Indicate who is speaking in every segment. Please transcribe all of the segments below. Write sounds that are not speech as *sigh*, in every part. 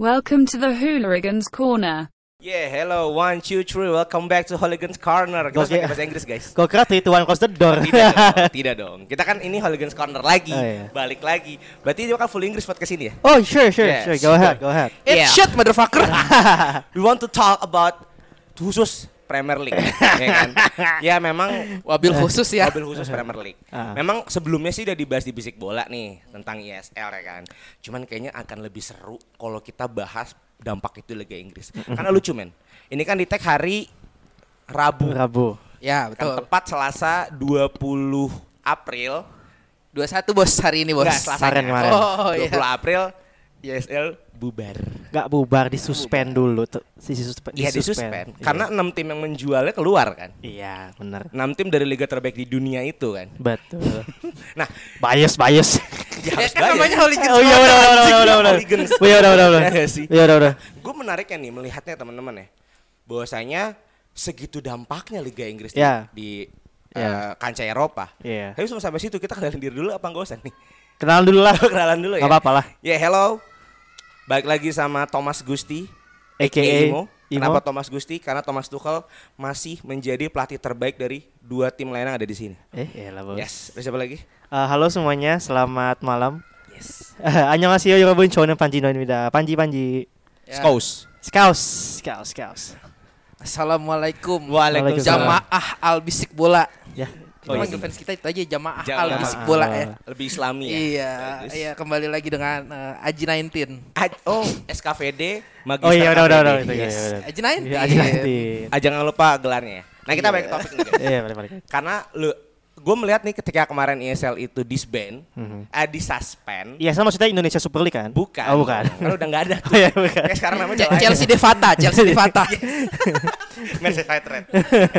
Speaker 1: Welcome to the Hooligans Corner.
Speaker 2: Yeah, hello, one, two, three, welcome back to Hooligans Corner. Kita harus
Speaker 3: Oke.
Speaker 2: pakai bahasa Inggris, guys.
Speaker 3: Kok kira three, two, one, close the door.
Speaker 2: Tidak dong, tidak dong. Kita kan ini Hooligans Corner lagi,
Speaker 3: Oh, iya.
Speaker 2: balik lagi. Berarti dia kan full Inggris buat kesini ya?
Speaker 3: *laughs* oh, sure, sure,
Speaker 2: Yes.
Speaker 3: sure. Go ahead, go ahead.
Speaker 4: Yeah.
Speaker 2: It's shit,
Speaker 5: *laughs*
Speaker 2: motherfucker. We want to talk about khusus Premier League, ya kan?
Speaker 5: *laughs*
Speaker 2: Ya memang
Speaker 5: Wabil khusus ya.
Speaker 2: mobil khusus Premier
Speaker 5: *laughs*
Speaker 2: League.
Speaker 3: Ah.
Speaker 2: Memang sebelumnya sih udah dibahas di bisik bola nih tentang ISL ya kan. Cuman kayaknya akan lebih seru kalau kita bahas dampak itu Liga Inggris. Karena lucu men. Ini kan di tag hari Rabu.
Speaker 3: Rabu.
Speaker 5: Ya,
Speaker 2: Kan
Speaker 5: betul.
Speaker 2: tepat Selasa 20 April.
Speaker 5: 21 bos hari ini, bos.
Speaker 2: Enggak, Selasanya.
Speaker 3: Kemarin, kemarin.
Speaker 5: Oh,
Speaker 2: 20
Speaker 5: iya.
Speaker 2: April ISL bubar.
Speaker 3: Gak bubar, disuspend dulu tuh. Sisi suspend.
Speaker 2: Iya di suspend. Karena enam tim yang menjualnya keluar kan.
Speaker 3: iya, benar.
Speaker 2: Enam tim dari liga terbaik di dunia itu kan.
Speaker 3: Betul. *laughs*
Speaker 2: Nah,
Speaker 3: bias, bias.
Speaker 2: ya
Speaker 5: Ya,
Speaker 2: harus
Speaker 5: kan
Speaker 2: bayar.
Speaker 5: namanya Hooligans
Speaker 3: Oh iya, udah, udah, udah, udah, udah.
Speaker 2: Hooligans.
Speaker 3: Oh, Iya, udah, udah, udah.
Speaker 2: Ya nggak sih?
Speaker 3: Iya, udah, udah.
Speaker 2: Gue menariknya nih melihatnya teman-teman ya. Bahwasanya segitu dampaknya Liga Inggris
Speaker 3: Ya.
Speaker 2: di, di, eh,
Speaker 3: Ya.
Speaker 2: kancah Eropa.
Speaker 3: Iya.
Speaker 2: Tapi sebelum sampai situ kita kenalin diri dulu apa nggak usah nih?
Speaker 3: Kenalan dulu lah.
Speaker 2: Kenalan dulu ya.
Speaker 3: Gak apa-apa lah.
Speaker 2: Ya, hello. Balik lagi sama Thomas Gusti.
Speaker 3: AKA
Speaker 2: Imo.
Speaker 3: Imo.
Speaker 2: Kenapa Thomas Gusti? Karena Thomas Tuchel masih menjadi pelatih terbaik dari dua tim lain yang ada di sini.
Speaker 3: Eh, iya lah, Bos.
Speaker 2: Yes. Terus siapa lagi?
Speaker 3: Eh, halo semuanya, selamat malam. *laughs*
Speaker 2: Yes.
Speaker 3: 안녕하세요, 여러분. 저는 Panji Noinida. Panji, Panji.
Speaker 5: Ya.
Speaker 2: Skous.
Speaker 3: Skaus, skaus, skaus.
Speaker 5: Assalamualaikum.
Speaker 3: Waalaikumsalam.
Speaker 5: Jamaah Al Bisik Bola.
Speaker 3: Ya.
Speaker 2: Oh,
Speaker 5: Kita
Speaker 2: iya.
Speaker 5: panggil fans kita itu aja Jamaah
Speaker 2: Jamaah
Speaker 5: Al Bisik Bola ya.
Speaker 2: Lebih Islami ya.
Speaker 5: Iya,
Speaker 2: Bagus.
Speaker 5: iya kembali lagi dengan eh, AJ19.
Speaker 2: Aj-
Speaker 5: *laughs*
Speaker 2: oh, SKVD, Magister
Speaker 3: Oh iya, udah, udah,
Speaker 2: KVD.
Speaker 3: udah. itu,
Speaker 2: Yes.
Speaker 3: iya, udah.
Speaker 5: AJ19.
Speaker 3: Iya, aja nanti.
Speaker 2: Ah, jangan lupa gelarnya. ya. Nah, kita balik ke topik nih,
Speaker 3: *laughs*
Speaker 2: guys.
Speaker 3: Iya, balik, balik.
Speaker 2: Karena lu gue melihat nih ketika kemarin ESL itu disband, eh, disuspend,
Speaker 3: Mhm. Iya, sama maksudnya Indonesia Super League kan?
Speaker 2: bukan.
Speaker 3: Oh, bukan.
Speaker 2: Karena udah
Speaker 3: *laughs*
Speaker 2: nggak ada.
Speaker 3: Oh, iya, bukan.
Speaker 2: Kayak sekarang namanya
Speaker 5: Ce-
Speaker 2: jalan
Speaker 5: Chelsea Devata, Chelsea Devata.
Speaker 2: Manchester
Speaker 3: *laughs*
Speaker 2: United.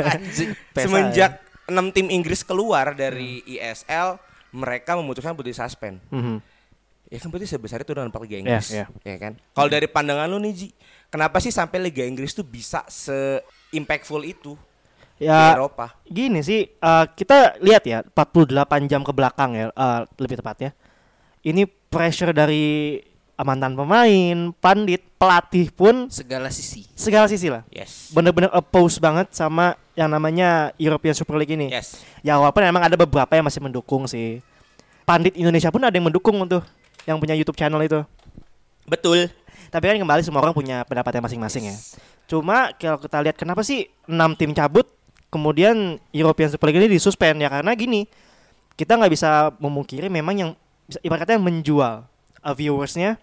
Speaker 5: Anjing.
Speaker 3: PSA,
Speaker 2: Semenjak
Speaker 3: ya.
Speaker 2: enam tim Inggris keluar
Speaker 3: Hmm.
Speaker 2: dari ISL, mereka memutuskan untuk disuspend.
Speaker 3: *laughs* Mhm.
Speaker 2: Ya kan berarti sebesar itu dengan Liga Inggris.
Speaker 3: Iya,
Speaker 2: Ya kan? Kalau dari pandangan lu nih Ji, kenapa sih sampai Liga Inggris tuh bisa se-impactful itu di
Speaker 3: Ya,
Speaker 2: Eropa?
Speaker 3: gini sih, eh, kita lihat ya, 48 jam ke belakang ya, eh, lebih tepatnya. Ini pressure dari mantan pemain, pandit, pelatih pun
Speaker 5: Segala sisi.
Speaker 3: segala sisi lah.
Speaker 2: Yes.
Speaker 3: Bener-bener oppose banget sama yang namanya European Super League ini.
Speaker 2: Yes.
Speaker 3: Ya walaupun emang ada beberapa yang masih mendukung sih. Pandit Indonesia pun ada yang mendukung tuh, yang punya YouTube channel itu.
Speaker 2: Betul.
Speaker 3: Tapi kan kembali semua orang punya pendapatnya masing-masing ya. Cuma kalau kita lihat kenapa sih 6 tim cabut kemudian European Super League ini disuspend ya karena gini kita nggak bisa memungkiri memang yang bisa- ibaratnya yang menjual uh, viewersnya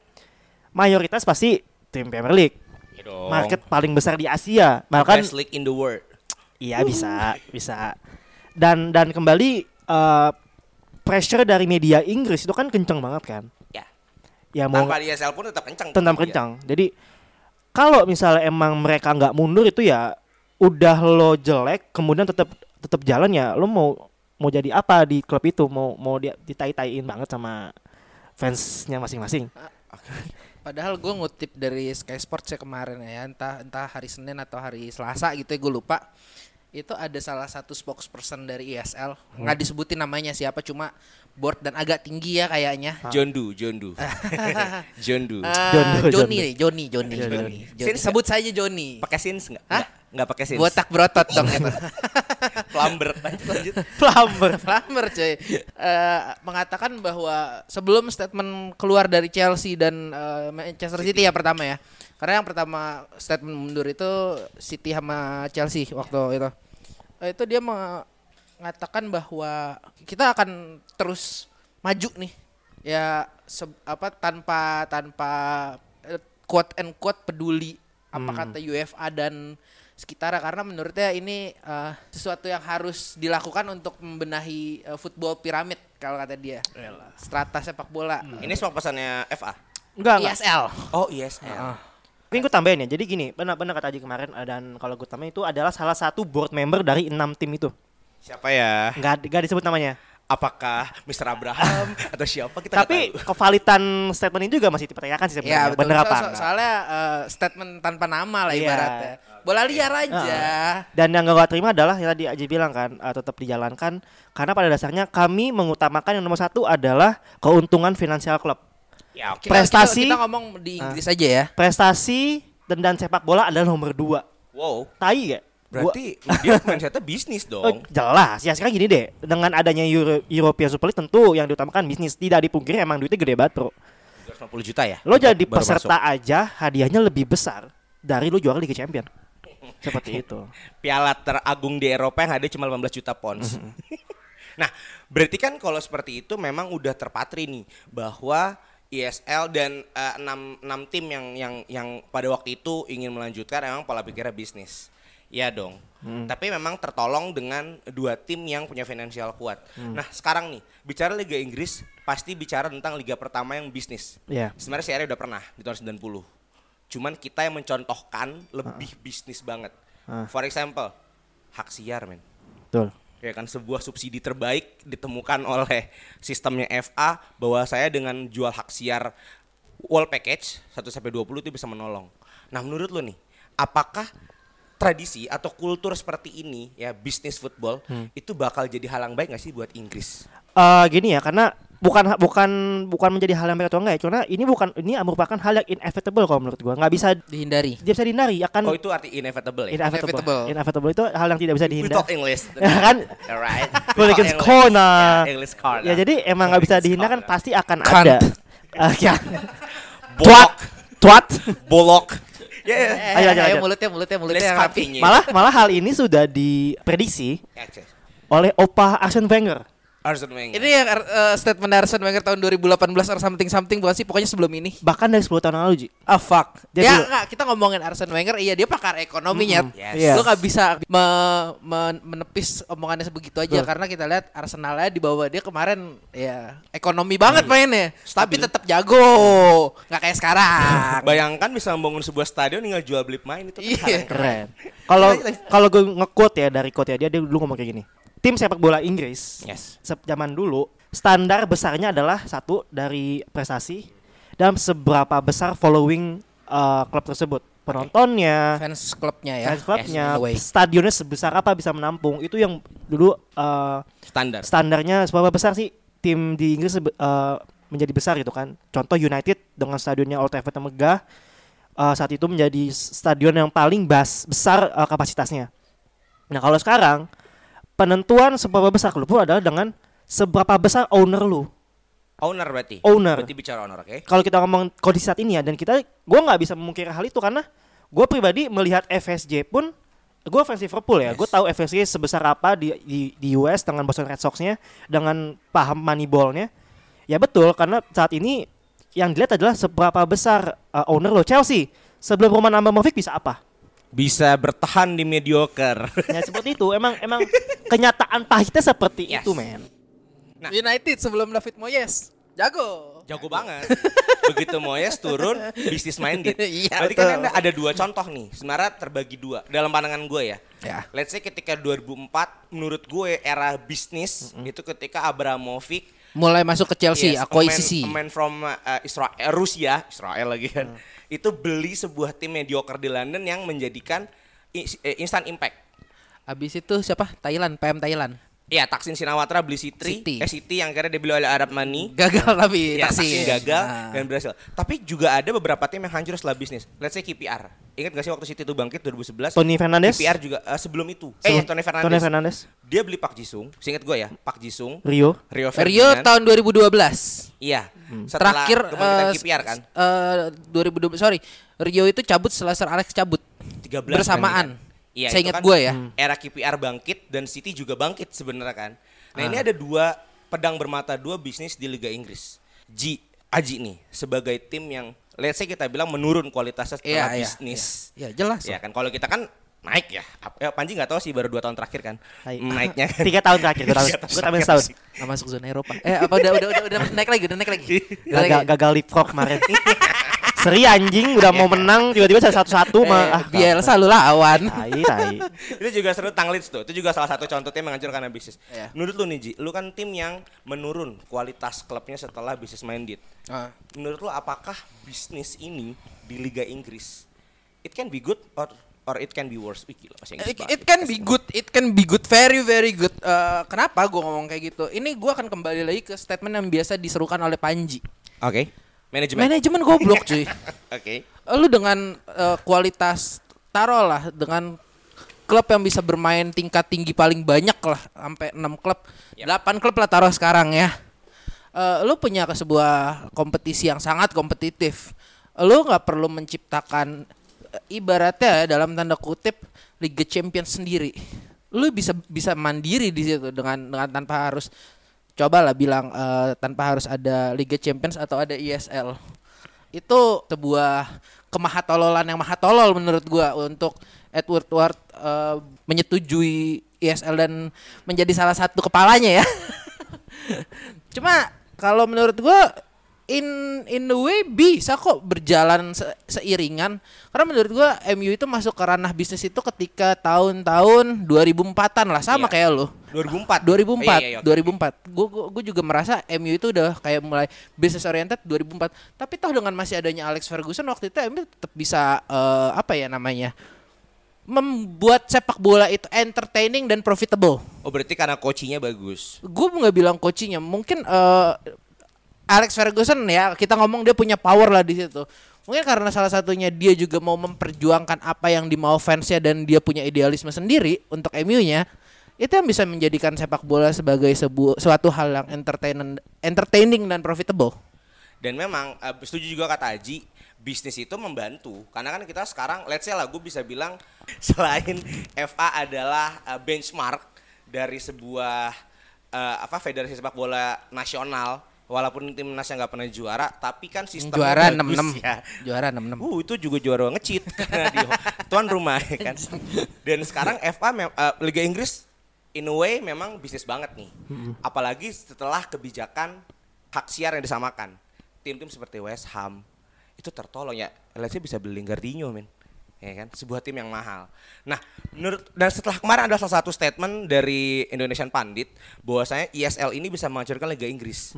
Speaker 3: mayoritas pasti tim Premier League
Speaker 2: Ya dong.
Speaker 3: market paling besar di Asia bahkan
Speaker 2: Best league in the world.
Speaker 3: iya bisa bisa dan dan kembali uh, pressure dari media Inggris itu kan kenceng banget kan
Speaker 2: Ya.
Speaker 3: ya mau
Speaker 2: Tanpa di ESL pun tetap kencang.
Speaker 3: tentang
Speaker 2: Iya.
Speaker 3: kencang. Jadi kalau misalnya emang mereka nggak mundur itu ya udah lo jelek kemudian tetap tetap jalan ya lo mau mau jadi apa di klub itu mau mau dia ditai-taiin banget sama fansnya masing-masing.
Speaker 5: Padahal gue ngutip dari Sky Sports ya kemarin ya entah entah hari Senin atau hari Selasa gitu ya gue lupa itu ada salah satu spokesperson dari ISL
Speaker 3: Hmm.
Speaker 5: nggak disebutin namanya siapa cuma board dan agak tinggi ya kayaknya
Speaker 2: John Doe, John *laughs* Doe. John Doe.
Speaker 5: Ah,
Speaker 3: John Doe, John
Speaker 5: Johnny
Speaker 3: Doe.
Speaker 5: nih, Johnny Johnny
Speaker 3: John
Speaker 5: Johnny
Speaker 2: Doe.
Speaker 5: Johnny. sebut saja Johnny
Speaker 2: Pakai sins enggak?
Speaker 5: Hah?
Speaker 2: Enggak pakai sins.
Speaker 5: botak berotot dong itu
Speaker 2: *laughs* Plumber lanjut lanjut.
Speaker 5: Plumber, plumber cuy. Eh, mengatakan bahwa sebelum statement keluar dari Chelsea dan eh, Manchester City ya pertama ya. Karena yang pertama statement mundur itu City sama Chelsea waktu itu. Eh, itu dia mengatakan bahwa kita akan terus maju nih. Ya se- apa tanpa tanpa eh, quote and quote peduli apa
Speaker 3: Hmm.
Speaker 5: kata UEFA dan sekitar karena menurutnya ini eh, sesuatu yang harus dilakukan untuk membenahi eh, football piramid kalau kata dia strata sepak bola
Speaker 2: *laughs*
Speaker 3: Hmm.
Speaker 2: Ini semua pesannya FA.
Speaker 3: Enggak, enggak.
Speaker 5: ISL
Speaker 2: Oh ISL.
Speaker 3: Ini gue tambahin ya. Jadi gini, benar-benar kata Aji kemarin eh, dan kalau gue tambahin itu adalah salah satu board member dari enam tim itu.
Speaker 2: Siapa ya?
Speaker 3: Enggak enggak disebut namanya.
Speaker 2: Apakah Mr. *laughs* Abraham atau siapa kita nggak
Speaker 3: Tapi
Speaker 2: tahu.
Speaker 3: kevalitan statement ini juga masih dipertanyakan sih
Speaker 5: ya
Speaker 3: sebenarnya.
Speaker 5: betul
Speaker 3: bener
Speaker 5: So-
Speaker 3: apa?
Speaker 5: so-
Speaker 3: enggak.
Speaker 5: soalnya eh, statement tanpa nama lah
Speaker 3: Iya. Ah.
Speaker 5: ibaratnya bola liar aja
Speaker 3: Dan yang gak terima adalah yang tadi Aji bilang kan eh, tetap dijalankan karena pada dasarnya kami mengutamakan yang nomor satu adalah keuntungan finansial klub.
Speaker 2: Ya, oke.
Speaker 5: Kita-
Speaker 3: Prestasi- Ah.
Speaker 5: kita, kita ngomong di Inggris aja ya
Speaker 3: Prestasi dan dan sepak bola adalah nomor dua.
Speaker 2: Wow.
Speaker 3: Tai gak? Gua-
Speaker 2: Berarti dia mindsetnya bisnis
Speaker 3: *laughs* Oh,
Speaker 2: dong.
Speaker 3: jelas ya sekarang gini deh dengan adanya Euro, European Super League tentu yang diutamakan bisnis tidak dipungkiri emang duitnya gede banget bro
Speaker 2: 250 juta ya?
Speaker 3: lo jadi
Speaker 2: Baru
Speaker 3: peserta
Speaker 2: masuk.
Speaker 3: aja hadiahnya lebih besar dari lo juara Liga Champion seperti itu
Speaker 2: Piala teragung di Eropa yang ada cuma 18 juta pounds.
Speaker 3: Mm-hmm.
Speaker 2: nah, berarti kan kalau seperti itu memang udah terpatri nih bahwa ISL dan eh, enam enam tim yang yang yang pada waktu itu ingin melanjutkan emang pola pikirnya bisnis. Ya dong.
Speaker 3: Hmm.
Speaker 2: Tapi memang tertolong dengan dua tim yang punya finansial kuat.
Speaker 3: Hmm.
Speaker 2: Nah, sekarang nih bicara Liga Inggris pasti bicara tentang liga pertama yang bisnis.
Speaker 3: Iya.
Speaker 2: Sebenarnya CR udah pernah di tahun 90. Cuman kita yang mencontohkan lebih bisnis banget.
Speaker 3: Ah.
Speaker 2: For example, hak siar men.
Speaker 3: betul
Speaker 2: Ya kan sebuah subsidi terbaik ditemukan oleh sistemnya FA bahwa saya dengan jual hak siar wall package 1 sampai 20 itu bisa menolong. Nah, menurut lu nih, apakah tradisi atau kultur seperti ini ya bisnis football
Speaker 3: Hmm.
Speaker 2: itu bakal jadi hal yang baik nggak sih buat Inggris?
Speaker 3: Eh, gini ya karena bukan bukan bukan menjadi hal yang baik atau enggak ya karena ini bukan ini merupakan hal yang inevitable kalau menurut gua nggak bisa
Speaker 5: dihindari
Speaker 3: dia bisa dihindari
Speaker 2: Oh
Speaker 3: akan
Speaker 2: itu arti inevitable ya?
Speaker 3: inevitable.
Speaker 5: Inevitable.
Speaker 3: inevitable itu hal yang tidak bisa
Speaker 2: We
Speaker 3: dihindari
Speaker 2: talk English.
Speaker 3: *laughs* Kan?
Speaker 2: Alright. We
Speaker 3: *laughs*
Speaker 2: talk
Speaker 3: Hooligans
Speaker 2: English.
Speaker 3: Corner.
Speaker 2: Ya, English corner.
Speaker 3: Ya jadi emang nggak bisa
Speaker 2: Hooligans
Speaker 3: dihindarkan
Speaker 2: corner.
Speaker 3: pasti akan
Speaker 5: Cunt.
Speaker 3: ada. *laughs* Eh, ya.
Speaker 2: Bolok.
Speaker 3: Twat. *laughs*
Speaker 2: Bolok. Ya, ya.
Speaker 5: eh,
Speaker 3: Ayo,
Speaker 5: ayo,
Speaker 3: ayo, ayo.
Speaker 5: mulutnya mulutnya mulutnya
Speaker 2: Let's
Speaker 5: yang rapi
Speaker 2: continue.
Speaker 3: Malah malah hal ini sudah diprediksi
Speaker 2: Ya, Cez.
Speaker 3: oleh Opa Arsene Wenger.
Speaker 2: Arsene Wenger.
Speaker 5: ini yang eh, statement Arsene Wenger tahun 2018 or something something bukan sih pokoknya sebelum ini
Speaker 3: Bahkan dari 10 tahun lalu, Ji.
Speaker 5: Ah fuck.
Speaker 3: Dia
Speaker 5: ya
Speaker 3: dulu-
Speaker 5: enggak, kita ngomongin Arsene Wenger, iya dia pakar ekonominya.
Speaker 2: Mm-mm. Yes.
Speaker 3: Yes.
Speaker 5: Lo nggak bisa me- me- menepis omongannya sebegitu aja
Speaker 3: Betul.
Speaker 5: karena kita lihat Arsenalnya di bawah dia kemarin ya ekonomi banget mainnya. Tapi tetap jago. nggak kayak
Speaker 2: *laughs*
Speaker 5: sekarang.
Speaker 2: Bayangkan bisa membangun sebuah stadion tinggal jual beli pemain itu kan
Speaker 5: Iya.
Speaker 2: hal yang keren.
Speaker 3: Keren. Kalau kalau gue nge-quote ya dari quote ya dia, dia dulu ngomong kayak gini. Tim sepak bola Inggris
Speaker 2: Yes.
Speaker 3: sep- zaman dulu standar besarnya adalah satu dari prestasi dan seberapa besar following eh, klub tersebut. Penontonnya,
Speaker 5: Fans klubnya ya.
Speaker 3: fans clubnya,
Speaker 5: Yes, in a way.
Speaker 3: stadionnya sebesar apa bisa menampung itu yang dulu eh,
Speaker 2: Standar.
Speaker 3: standarnya seberapa besar sih tim di Inggris sebe- eh, menjadi besar gitu kan? Contoh United dengan stadionnya Old Trafford yang megah eh, saat itu menjadi s- stadion yang paling bas- besar eh, kapasitasnya. Nah kalau sekarang penentuan seberapa besar klub lu adalah dengan seberapa besar owner lu.
Speaker 2: Owner berarti.
Speaker 3: Owner.
Speaker 2: Berarti bicara owner, oke?
Speaker 3: Kalau kita ngomong kondisi saat ini ya dan kita, gue nggak bisa memungkiri hal itu karena gue pribadi melihat FSJ pun gue fans Liverpool ya, gue tahu FSJ sebesar apa di, di di US dengan Boston Red Sox-nya, dengan paham moneyball-nya. Ya betul karena saat ini yang dilihat adalah seberapa besar uh, owner lo Chelsea sebelum Roman Abramovich bisa apa?
Speaker 2: Bisa bertahan di mediocre.
Speaker 3: Ya seperti itu. Emang emang kenyataan pahitnya seperti
Speaker 2: Yes.
Speaker 3: itu, men.
Speaker 2: Nah.
Speaker 5: United sebelum David Moyes. Jago.
Speaker 2: *laughs* Jago banget. Begitu Moyes turun, bisnis *laughs* minded.
Speaker 5: Iya,
Speaker 2: Berarti kan
Speaker 5: betul.
Speaker 2: Anda ada dua contoh nih. Sebenarnya terbagi dua dalam pandangan gue ya.
Speaker 5: Ya.
Speaker 2: Let's say ketika 2004 menurut gue era bisnis itu ketika Abramovich
Speaker 5: Mulai masuk ke Chelsea,
Speaker 2: Yes, a man-
Speaker 5: akuisisi.
Speaker 2: a man from uh, Israel, Rusia, Israel lagi kan.
Speaker 5: Hmm.
Speaker 2: Itu beli sebuah tim mediocre di London yang menjadikan is- eh, instant impact.
Speaker 5: Abis itu siapa? Thailand, PM Thailand.
Speaker 2: Iya, Taksin Sinawatra beli Citri,
Speaker 5: City.
Speaker 2: eh City yang akhirnya dibeli oleh Arab Money.
Speaker 5: Gagal tapi
Speaker 2: Ya,
Speaker 5: Taksin.
Speaker 2: Taksin gagal
Speaker 5: Nah.
Speaker 2: dan berhasil. Tapi juga ada beberapa tim yang hancur setelah bisnis. Let's say KPR. Ingat gak sih waktu City itu bangkit 2011?
Speaker 3: Tony Fernandes?
Speaker 2: KPR juga eh, sebelum itu. eh,
Speaker 3: Sebelum-
Speaker 2: Tony Fernandes.
Speaker 3: Tony Fernandes.
Speaker 2: dia beli Pak Jisung, seingat gue ya, Pak Jisung,
Speaker 3: Rio.
Speaker 2: Rio
Speaker 5: Rio
Speaker 2: Ferdinand.
Speaker 5: tahun 2012.
Speaker 2: Iya. kan? Setelah
Speaker 5: Terakhir
Speaker 2: kebangkitan
Speaker 5: eh,
Speaker 2: KPR kan.
Speaker 5: eh, 2012 sorry. Rio itu cabut setelah Sir Alex cabut.
Speaker 2: 13
Speaker 5: bersamaan.
Speaker 2: kan? Iya,
Speaker 5: Saya
Speaker 2: itu
Speaker 5: ingat
Speaker 2: kan
Speaker 5: gue ya.
Speaker 3: Hmm.
Speaker 2: Era KPR bangkit dan City juga bangkit sebenarnya kan. Nah,
Speaker 3: Ah.
Speaker 2: ini ada dua pedang bermata dua bisnis di Liga Inggris. G Aji nih sebagai tim yang let's say kita bilang menurun kualitasnya
Speaker 5: Iya,
Speaker 2: setelah
Speaker 5: iya,
Speaker 2: bisnis.
Speaker 5: iya. Iya, jelas
Speaker 2: Ya kan kalau kita kan naik ya. Ap- eh, Panji nggak tahu sih baru dua tahun terakhir kan.
Speaker 3: Hai.
Speaker 2: Naiknya kan.
Speaker 3: *laughs* Tiga tahun terakhir, gue
Speaker 2: Tiga tahun
Speaker 3: tambahin
Speaker 2: terakhir
Speaker 3: setahun.
Speaker 2: sih.
Speaker 5: Nggak masuk zona Eropa. Eh apa udah udah udah, udah naik lagi, udah
Speaker 2: *laughs*
Speaker 5: naik lagi. Udah naik
Speaker 3: Gagal,
Speaker 5: lagi.
Speaker 3: gagal leapfrog
Speaker 5: *laughs*
Speaker 3: kemarin. Seri anjing udah mau menang tiba-tiba saya satu-satu
Speaker 5: Eh,
Speaker 3: mah. Ah,
Speaker 5: Bielsa lu lawan.
Speaker 3: Tai, tai.
Speaker 2: *laughs* itu juga seru Tanglitz tuh. Itu juga salah satu contoh tim yang menghancurkan bisnis.
Speaker 5: Iya.
Speaker 2: Menurut lu nih Ji, lu kan tim yang menurun kualitas klubnya setelah bisnis minded.
Speaker 5: Ah.
Speaker 2: Menurut lu apakah bisnis ini di Liga Inggris it can be good or or it can be worse? Wih, gila, bahasa Inggris
Speaker 5: It,
Speaker 2: banget.
Speaker 5: Eh, it can be good, it can be good, very very good. Eh, kenapa gue ngomong kayak gitu? Ini gue akan kembali lagi ke statement yang biasa diserukan oleh Panji.
Speaker 2: Oke. Manajemen.
Speaker 5: Manajemen goblok cuy.
Speaker 2: Oke.
Speaker 5: Lu dengan eh, kualitas taruhlah dengan klub yang bisa bermain tingkat tinggi paling banyak lah sampai 6 klub,
Speaker 2: Yap.
Speaker 5: 8 klub lah taruh sekarang ya. Eh, lu punya ke sebuah kompetisi yang sangat kompetitif. Lu nggak perlu menciptakan eh, ibaratnya ya, dalam tanda kutip Liga Champions sendiri. Lu bisa bisa mandiri di situ dengan dengan tanpa harus cobalah bilang eh, tanpa harus ada Liga Champions atau ada ISL. Itu sebuah kemahatololan yang mahatolol menurut gua untuk Edward Ward eh, menyetujui ISL dan menjadi salah satu kepalanya ya. *laughs* Cuma kalau menurut gua in in the way bisa kok berjalan se- seiringan karena menurut gua MU itu masuk ke ranah bisnis itu ketika tahun-tahun 2004-an lah
Speaker 2: Iya.
Speaker 5: sama kayak lo.
Speaker 2: 2004. Iya, iya, iya,
Speaker 5: 2004,
Speaker 2: oke,
Speaker 5: 2004. Gue gue juga merasa MU itu udah kayak mulai business oriented 2004. Tapi toh dengan masih adanya Alex Ferguson waktu itu MU tetap bisa eh, apa ya namanya? membuat sepak bola itu entertaining dan profitable
Speaker 2: Oh, berarti karena coachingnya bagus.
Speaker 5: gue nggak bilang coachingnya mungkin eh, Alex Ferguson ya kita ngomong dia punya power lah di situ mungkin karena salah satunya dia juga mau memperjuangkan apa yang dimau fansnya dan dia punya idealisme sendiri untuk MU-nya itu yang bisa menjadikan sepak bola sebagai sebu- suatu hal yang entertainment entertaining dan profitable
Speaker 2: Dan memang eh, setuju juga kata Aji, bisnis itu membantu. Karena kan kita sekarang, let's say lah gue bisa bilang *laughs* selain FA adalah eh, benchmark dari sebuah eh, apa federasi sepak bola nasional, walaupun timnasnya nggak pernah juara, tapi kan sistemnya
Speaker 5: juara
Speaker 2: bagus
Speaker 5: 66
Speaker 2: ya.
Speaker 5: juara 66
Speaker 2: Uh, itu juga juara ngecit *laughs* karena di tuan rumah ya kan. Dan sekarang FA mem- eh, Liga Inggris in a way memang bisnis banget nih. Apalagi setelah kebijakan hak siar yang disamakan. Tim-tim seperti West Ham itu tertolong ya. Let's say bisa beli Lingardinho men. Ya kan, sebuah tim yang mahal. Nah, menurut dan setelah kemarin ada salah satu statement dari Indonesian Pandit bahwasanya ISL ini bisa menghancurkan Liga Inggris.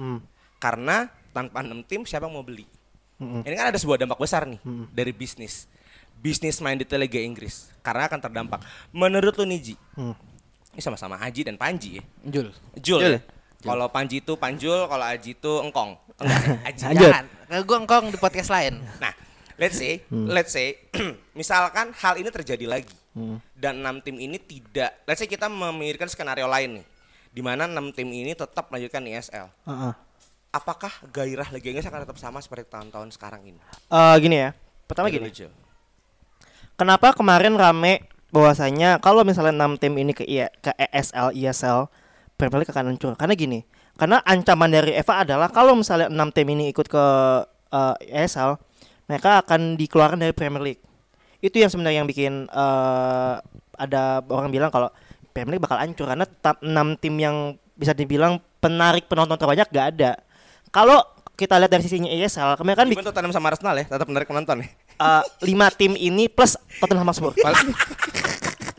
Speaker 2: Karena tanpa 6 tim siapa yang mau beli? Ini kan ada sebuah dampak besar nih dari bisnis. Bisnis minded Liga Inggris karena akan terdampak. Menurut lu nih Ji,
Speaker 3: Mm.
Speaker 2: ini sama-sama Haji dan Panji ya.
Speaker 5: Jul
Speaker 2: Jul. ya? Kalau Panji itu Panjul, kalau Haji itu engkong.
Speaker 3: *laughs*
Speaker 2: Enggak, Haji.
Speaker 3: Lanjut.
Speaker 5: jangan gue engkong di podcast *laughs* lain
Speaker 2: Nah, let's say,
Speaker 3: Mm.
Speaker 2: let's say, *clears throat* misalkan hal ini terjadi lagi
Speaker 3: Mm.
Speaker 2: dan enam tim ini tidak, let's say kita memikirkan skenario lain nih, di mana enam tim ini tetap melanjutkan ISL.
Speaker 3: Heeh.
Speaker 2: Apakah gairah Liga Inggris akan tetap sama seperti tahun-tahun sekarang ini?
Speaker 3: Eh, gini ya. Pertama
Speaker 2: Dari
Speaker 3: gini.
Speaker 2: lu, Jul.
Speaker 3: Kenapa kemarin rame bahwasanya kalau misalnya 6 tim ini ke I- ke ESL ISL Premier League akan hancur? Karena gini, karena ancaman dari FA adalah kalau misalnya 6 tim ini ikut ke eh, ESL, mereka akan dikeluarkan dari Premier League. Itu yang sebenarnya yang bikin eh, ada orang bilang kalau Premier League bakal hancur karena 6 tim yang bisa dibilang penarik penonton terbanyak gak ada. Kalau kita lihat dari sisinya ESL, kemarin kan
Speaker 2: Gimana Tottenham sama Arsenal ya? Tetap menarik menonton ya?
Speaker 3: eh, lima tim ini plus Tottenham Hotspur.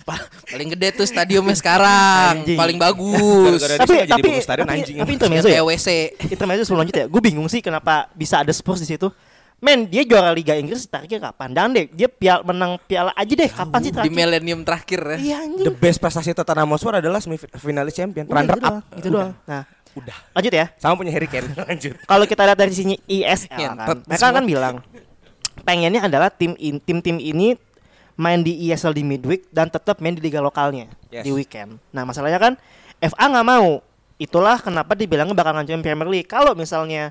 Speaker 5: Pa- paling gede tuh stadiumnya sekarang
Speaker 3: Anjing.
Speaker 5: paling bagus
Speaker 2: Gara-gara- Dari
Speaker 3: tapi
Speaker 2: sini jadi
Speaker 3: tapi
Speaker 2: bagus stadion,
Speaker 3: tapi,
Speaker 2: anjing. Iya.
Speaker 3: tapi intermezzo
Speaker 2: *laughs*
Speaker 3: ya
Speaker 5: Kayak WC
Speaker 3: intermezzo sebelum lanjut ya gue bingung sih kenapa bisa ada Spurs di situ men dia juara Liga Inggris tariknya kapan dan deh dia piala menang piala aja deh kapan sih
Speaker 5: di
Speaker 3: terakhir
Speaker 5: milenium terakhir ya.
Speaker 3: iya anjing
Speaker 2: The best prestasi Tottenham Hotspur adalah semifinalis champion,
Speaker 3: Udah,
Speaker 2: runner
Speaker 3: Iya, itu
Speaker 2: up.
Speaker 3: doang, itu doang nah
Speaker 2: Udah.
Speaker 3: lanjut ya
Speaker 2: Sama punya Harry Kane. *laughs* Lanjut.
Speaker 3: kalau kita lihat dari sini ISL kan,
Speaker 5: Ngentot
Speaker 3: mereka kan bilang pengennya adalah tim in, tim tim ini main di ESL di midweek dan tetap main di liga lokalnya
Speaker 2: Yes.
Speaker 3: di weekend. Nah masalahnya kan FA nggak mau. Itulah kenapa dibilangnya bakal ngancurin Premier League. Kalau misalnya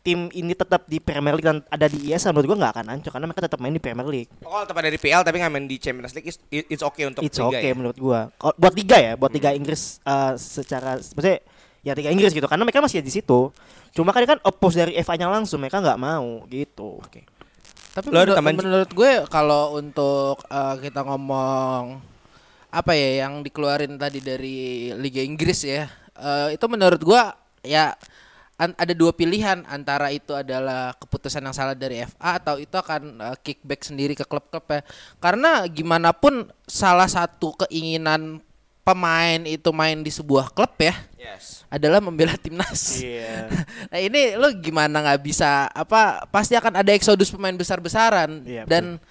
Speaker 3: tim ini tetap di Premier League dan ada di ESL menurut gua nggak akan hancur karena mereka tetap main di Premier League.
Speaker 2: Oh, tempat dari PL tapi nggak main di Champions League is- i- it's okay untuk
Speaker 3: It's
Speaker 2: liga ya?
Speaker 3: okay
Speaker 2: Hmm.
Speaker 3: menurut gua. Kalau- buat tiga ya, buat tiga Inggris eh, secara maksudnya ya tiga Inggris gitu karena mereka masih di situ. Cuma kan kan oppose dari FA-nya langsung mereka nggak mau gitu.
Speaker 5: Tapi
Speaker 2: Lo ada
Speaker 5: menurut,
Speaker 2: tambahan?
Speaker 5: menurut gue kalau untuk eh, kita ngomong apa ya yang dikeluarin tadi dari Liga Inggris ya, eh, itu menurut gue ya an- ada dua pilihan antara itu adalah keputusan yang salah dari FA atau itu akan eh, kickback sendiri ke klub-klub ya. Karena gimana pun salah satu keinginan pemain itu main di sebuah klub ya
Speaker 2: Yes.
Speaker 5: adalah membela timnas.
Speaker 3: Iya.
Speaker 5: *laughs* Nah ini lo gimana nggak bisa apa pasti akan ada eksodus pemain besar-besaran
Speaker 3: Iya,
Speaker 5: dan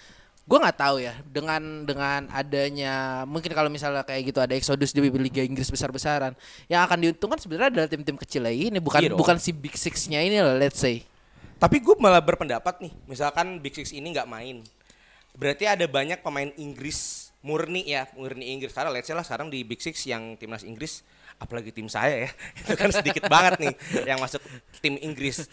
Speaker 5: gue nggak tahu ya dengan dengan adanya mungkin kalau misalnya kayak gitu ada eksodus di liga Inggris besar-besaran yang akan diuntungkan sebenarnya adalah tim-tim kecil ya ini bukan
Speaker 2: Iya dong.
Speaker 5: bukan si big six-nya ini loh let's say
Speaker 2: Tapi gue malah berpendapat nih, misalkan Big Six ini nggak main, berarti ada banyak pemain Inggris murni ya, murni Inggris. Karena let's say lah sekarang di Big Six yang timnas Inggris, apalagi tim saya ya, *laughs* itu kan sedikit banget nih yang masuk tim Inggris.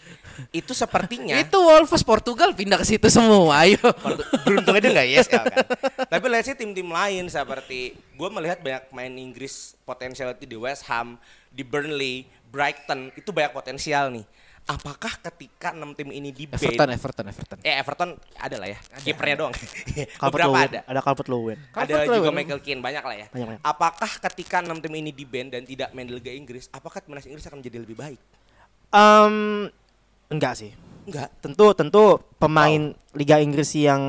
Speaker 2: Itu sepertinya
Speaker 5: itu Wolves Portugal pindah ke situ semua ayo
Speaker 2: Iya. Portu- beruntungnya dia nggak ESL kan. Tapi let's say tim-tim lain seperti gue melihat banyak main Inggris potensial itu di West Ham, di Burnley, Brighton itu banyak potensial nih. Apakah ketika enam tim ini di ban-
Speaker 5: Everton ya? Everton Everton
Speaker 2: Eh Everton ada lah ya. Kipernya doang.
Speaker 3: Calvert
Speaker 2: Beberapa
Speaker 3: Lewin.
Speaker 2: ada.
Speaker 3: Ada Calvert Lewin.
Speaker 2: Ada juga Michael Keane banyak lah ya.
Speaker 3: Banyak, banyak.
Speaker 2: Apakah ketika enam tim ini di ban dan tidak main di Liga Inggris, apakah timnas Inggris akan menjadi lebih baik?
Speaker 3: Em, enggak sih.
Speaker 2: Enggak.
Speaker 3: Tentu tentu pemain Liga Inggris yang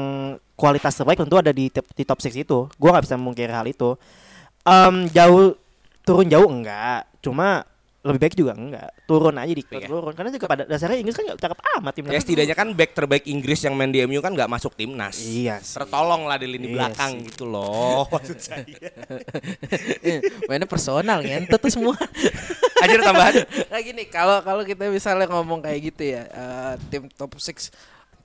Speaker 3: kualitas terbaik tentu ada di tip- di top 6 itu. Gua nggak bisa mungkiri hal itu. Em, jauh turun jauh enggak. Cuma lebih baik juga enggak. Turun aja di
Speaker 2: Iya.
Speaker 3: turun karena juga pada dasarnya Inggris kan enggak cakep amat timnas.
Speaker 2: Ya setidaknya kan back terbaik Inggris yang main di MU kan nggak masuk timnas.
Speaker 3: Iya sih.
Speaker 2: Tertolong lah di lini
Speaker 3: Iya
Speaker 2: belakang
Speaker 3: sih.
Speaker 2: gitu loh. *laughs* Maksud saya.
Speaker 5: *laughs* Eh, mainnya personal ngentot tuh semua
Speaker 2: Aja ada tambahan.
Speaker 5: Nah gini, kalau kalau kita misalnya ngomong kayak gitu ya, eh, tim top 6